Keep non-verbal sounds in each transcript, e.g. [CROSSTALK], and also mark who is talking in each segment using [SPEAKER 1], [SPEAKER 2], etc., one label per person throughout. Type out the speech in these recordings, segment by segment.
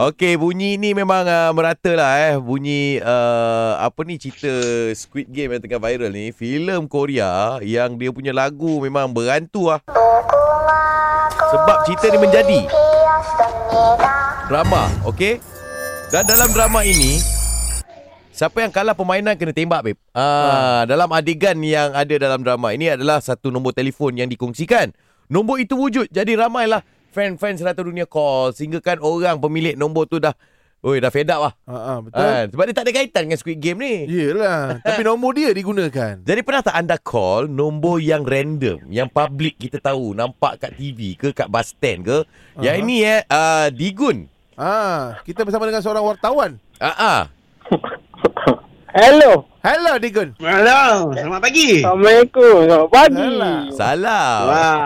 [SPEAKER 1] Okey, bunyi ni memang uh, merata lah eh. Bunyi uh, apa ni cerita Squid Game yang tengah viral ni. Filem Korea yang dia punya lagu memang berantu lah. Sebab cerita ni menjadi drama, okey? Dan dalam drama ini, siapa yang kalah permainan kena tembak, babe. Ah, Dalam adegan yang ada dalam drama ini adalah satu nombor telefon yang dikongsikan. Nombor itu wujud, jadi ramailah fan-fan serata dunia call sehingga kan orang pemilik nombor tu dah Oi, dah fed up lah.
[SPEAKER 2] Ha ah, betul.
[SPEAKER 1] Ha, sebab dia tak ada kaitan dengan Squid Game ni. [LAUGHS]
[SPEAKER 2] Yelah Tapi nombor dia digunakan
[SPEAKER 1] Jadi pernah tak anda call nombor yang random Yang public kita tahu Nampak kat TV ke kat bus stand ke uh-huh. Yang ini eh uh, Digun
[SPEAKER 2] Ah, Kita bersama dengan seorang wartawan
[SPEAKER 1] Ah ah.
[SPEAKER 3] Hello.
[SPEAKER 2] Hello Digun
[SPEAKER 4] Hello, selamat pagi.
[SPEAKER 3] Assalamualaikum. Selamat pagi.
[SPEAKER 2] Alah.
[SPEAKER 1] Salah
[SPEAKER 4] Wah,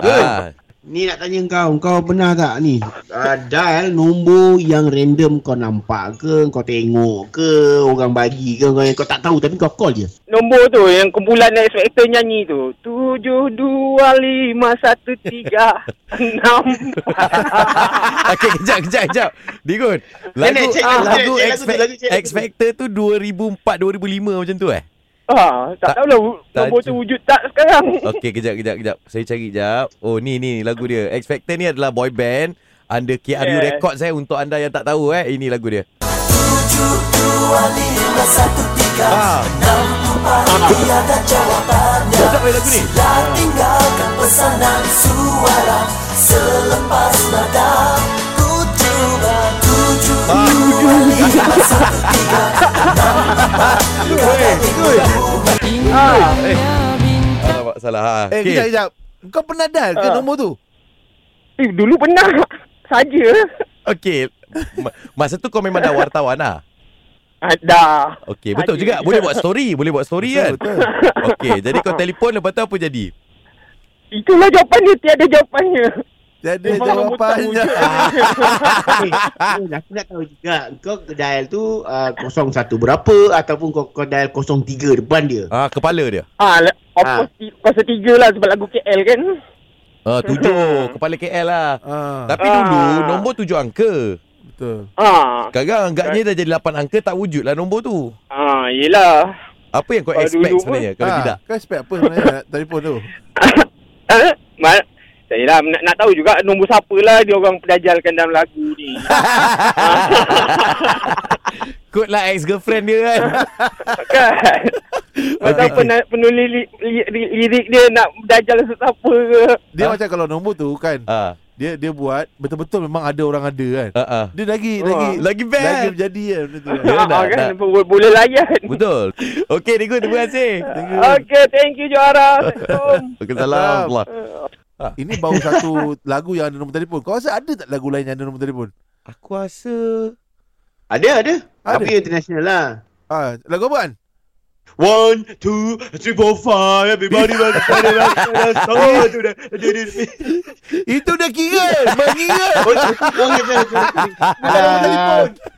[SPEAKER 1] ah.
[SPEAKER 4] ni nak tanya kau, kau pernah tak ni uh, dial nombor yang random kau nampak ke, kau tengok ke, orang bagi ke, kau, kau tak tahu tapi kau call je.
[SPEAKER 3] Nombor tu yang kumpulan X Factor nyanyi tu. 7 2 5 1 3
[SPEAKER 1] [LAUGHS]
[SPEAKER 3] 6
[SPEAKER 1] Okay kejap kejap kejap Digun Lagu,
[SPEAKER 4] Nenek, cek
[SPEAKER 1] ah,
[SPEAKER 4] lagu,
[SPEAKER 1] lagu
[SPEAKER 4] cek, cek lagu
[SPEAKER 1] X,
[SPEAKER 4] tu, lagu, cek lagu
[SPEAKER 1] X Factor tu 2004-2005 macam tu eh
[SPEAKER 3] Ah, tak tahulah wu-
[SPEAKER 1] tak
[SPEAKER 3] nombor
[SPEAKER 1] ju-
[SPEAKER 3] tu wujud tak sekarang.
[SPEAKER 1] Okay kejap kejap kejap Saya cari kejap Oh ni ni lagu dia X Factor ni adalah boy band Under KRU
[SPEAKER 3] Yeah.
[SPEAKER 1] Records eh Untuk anda yang tak tahu eh Ini lagu dia Ah. Sedap eh lagu ni
[SPEAKER 3] Ah, eh,
[SPEAKER 1] Alamak, salah ha.
[SPEAKER 2] Eh
[SPEAKER 1] Okey.
[SPEAKER 2] kejap kejap Kau pernah dial ke
[SPEAKER 3] Ah.
[SPEAKER 2] nombor tu?
[SPEAKER 3] Eh, dulu pernah saja.
[SPEAKER 1] Okey. Ma- Masa tu kau memang dah wartawan lah.
[SPEAKER 3] Ada.
[SPEAKER 1] Okey, betul
[SPEAKER 3] Ada.
[SPEAKER 1] juga. Boleh buat story, boleh buat story kan? Okey, jadi kau telefon lepas tu apa jadi?
[SPEAKER 3] Itulah jawapan dia tiada jawapannya.
[SPEAKER 2] Jadi
[SPEAKER 3] Memang nombor tak
[SPEAKER 2] jawapannya [LAUGHS]
[SPEAKER 4] Eh, eh, aku nak tahu juga kau dial tu uh, 01 berapa ataupun kau, kau dial 03 depan dia.
[SPEAKER 1] Ah, kepala dia.
[SPEAKER 3] Ah, la- opposite pasal tiga lah sebab lagu KL kan.
[SPEAKER 1] Ah, tujuh.
[SPEAKER 3] [LAUGHS]
[SPEAKER 1] Kepala KL lah.
[SPEAKER 2] ah,
[SPEAKER 1] Tapi dulu,
[SPEAKER 3] Ah.
[SPEAKER 1] nombor tujuh angka.
[SPEAKER 2] Betul
[SPEAKER 3] Ah,
[SPEAKER 1] Sekarang agaknya dah jadi lapan angka, tak wujud lah nombor tu.
[SPEAKER 3] ah, yelah.
[SPEAKER 1] Apa yang kau
[SPEAKER 3] Kalau
[SPEAKER 1] expect
[SPEAKER 3] dulu pun-
[SPEAKER 1] sebenarnya kalau
[SPEAKER 2] Ah,
[SPEAKER 1] tidak?
[SPEAKER 2] Kau expect apa sebenarnya nak telefon tu?
[SPEAKER 3] [LAUGHS] Eh, Mal, saya lah nak, nak tahu juga nombor siapa lah dia orang pedajalkan dalam lagu
[SPEAKER 1] [LAUGHS]
[SPEAKER 3] ni.
[SPEAKER 1] Kod lah ex-girlfriend dia kan.
[SPEAKER 3] kan?
[SPEAKER 1] [LAUGHS]
[SPEAKER 3] Macam pen, penulis li, li, li- lirik dia nak pedajal sesiapa ke.
[SPEAKER 1] Ah.
[SPEAKER 2] Dia macam kalau nombor tu kan
[SPEAKER 1] [LAUGHS] ah,
[SPEAKER 2] Dia dia buat betul-betul memang ada orang ada kan
[SPEAKER 1] ah, ah.
[SPEAKER 2] Dia lagi
[SPEAKER 3] Ah.
[SPEAKER 2] lagi
[SPEAKER 1] Lagi
[SPEAKER 2] lagi
[SPEAKER 1] best. Ya,
[SPEAKER 2] berjadi kan benda tu kan
[SPEAKER 1] Dia
[SPEAKER 3] Ha, [LAUGHS]
[SPEAKER 1] nak-
[SPEAKER 3] kan?
[SPEAKER 1] nak-
[SPEAKER 3] Bo- Boleh layan.
[SPEAKER 1] [LAUGHS] Betul. Okey, Digun, terima kasih.
[SPEAKER 3] Ah. Okay, thank you Johara.
[SPEAKER 1] [LAUGHS]
[SPEAKER 3] Assalamualaikum.
[SPEAKER 1] Waalaikumsalam. Allah.
[SPEAKER 2] Ini baru satu lagu yang ada nombor telefon Kau rasa ada tak lagu lain yang ada nombor telefon?
[SPEAKER 1] Aku rasa
[SPEAKER 4] Ada, ada.
[SPEAKER 2] Ada.
[SPEAKER 4] Tapi international lah.
[SPEAKER 2] Ah, lagu apa kan?
[SPEAKER 4] One, two, three, four, five. Everybody wants to turn around. Oh, tu dah. Dia, dia, dia.
[SPEAKER 1] [LAUGHS]
[SPEAKER 2] Itu dah kira Mengira
[SPEAKER 4] Oh, tu- oh, ya, ya, ya. Ah,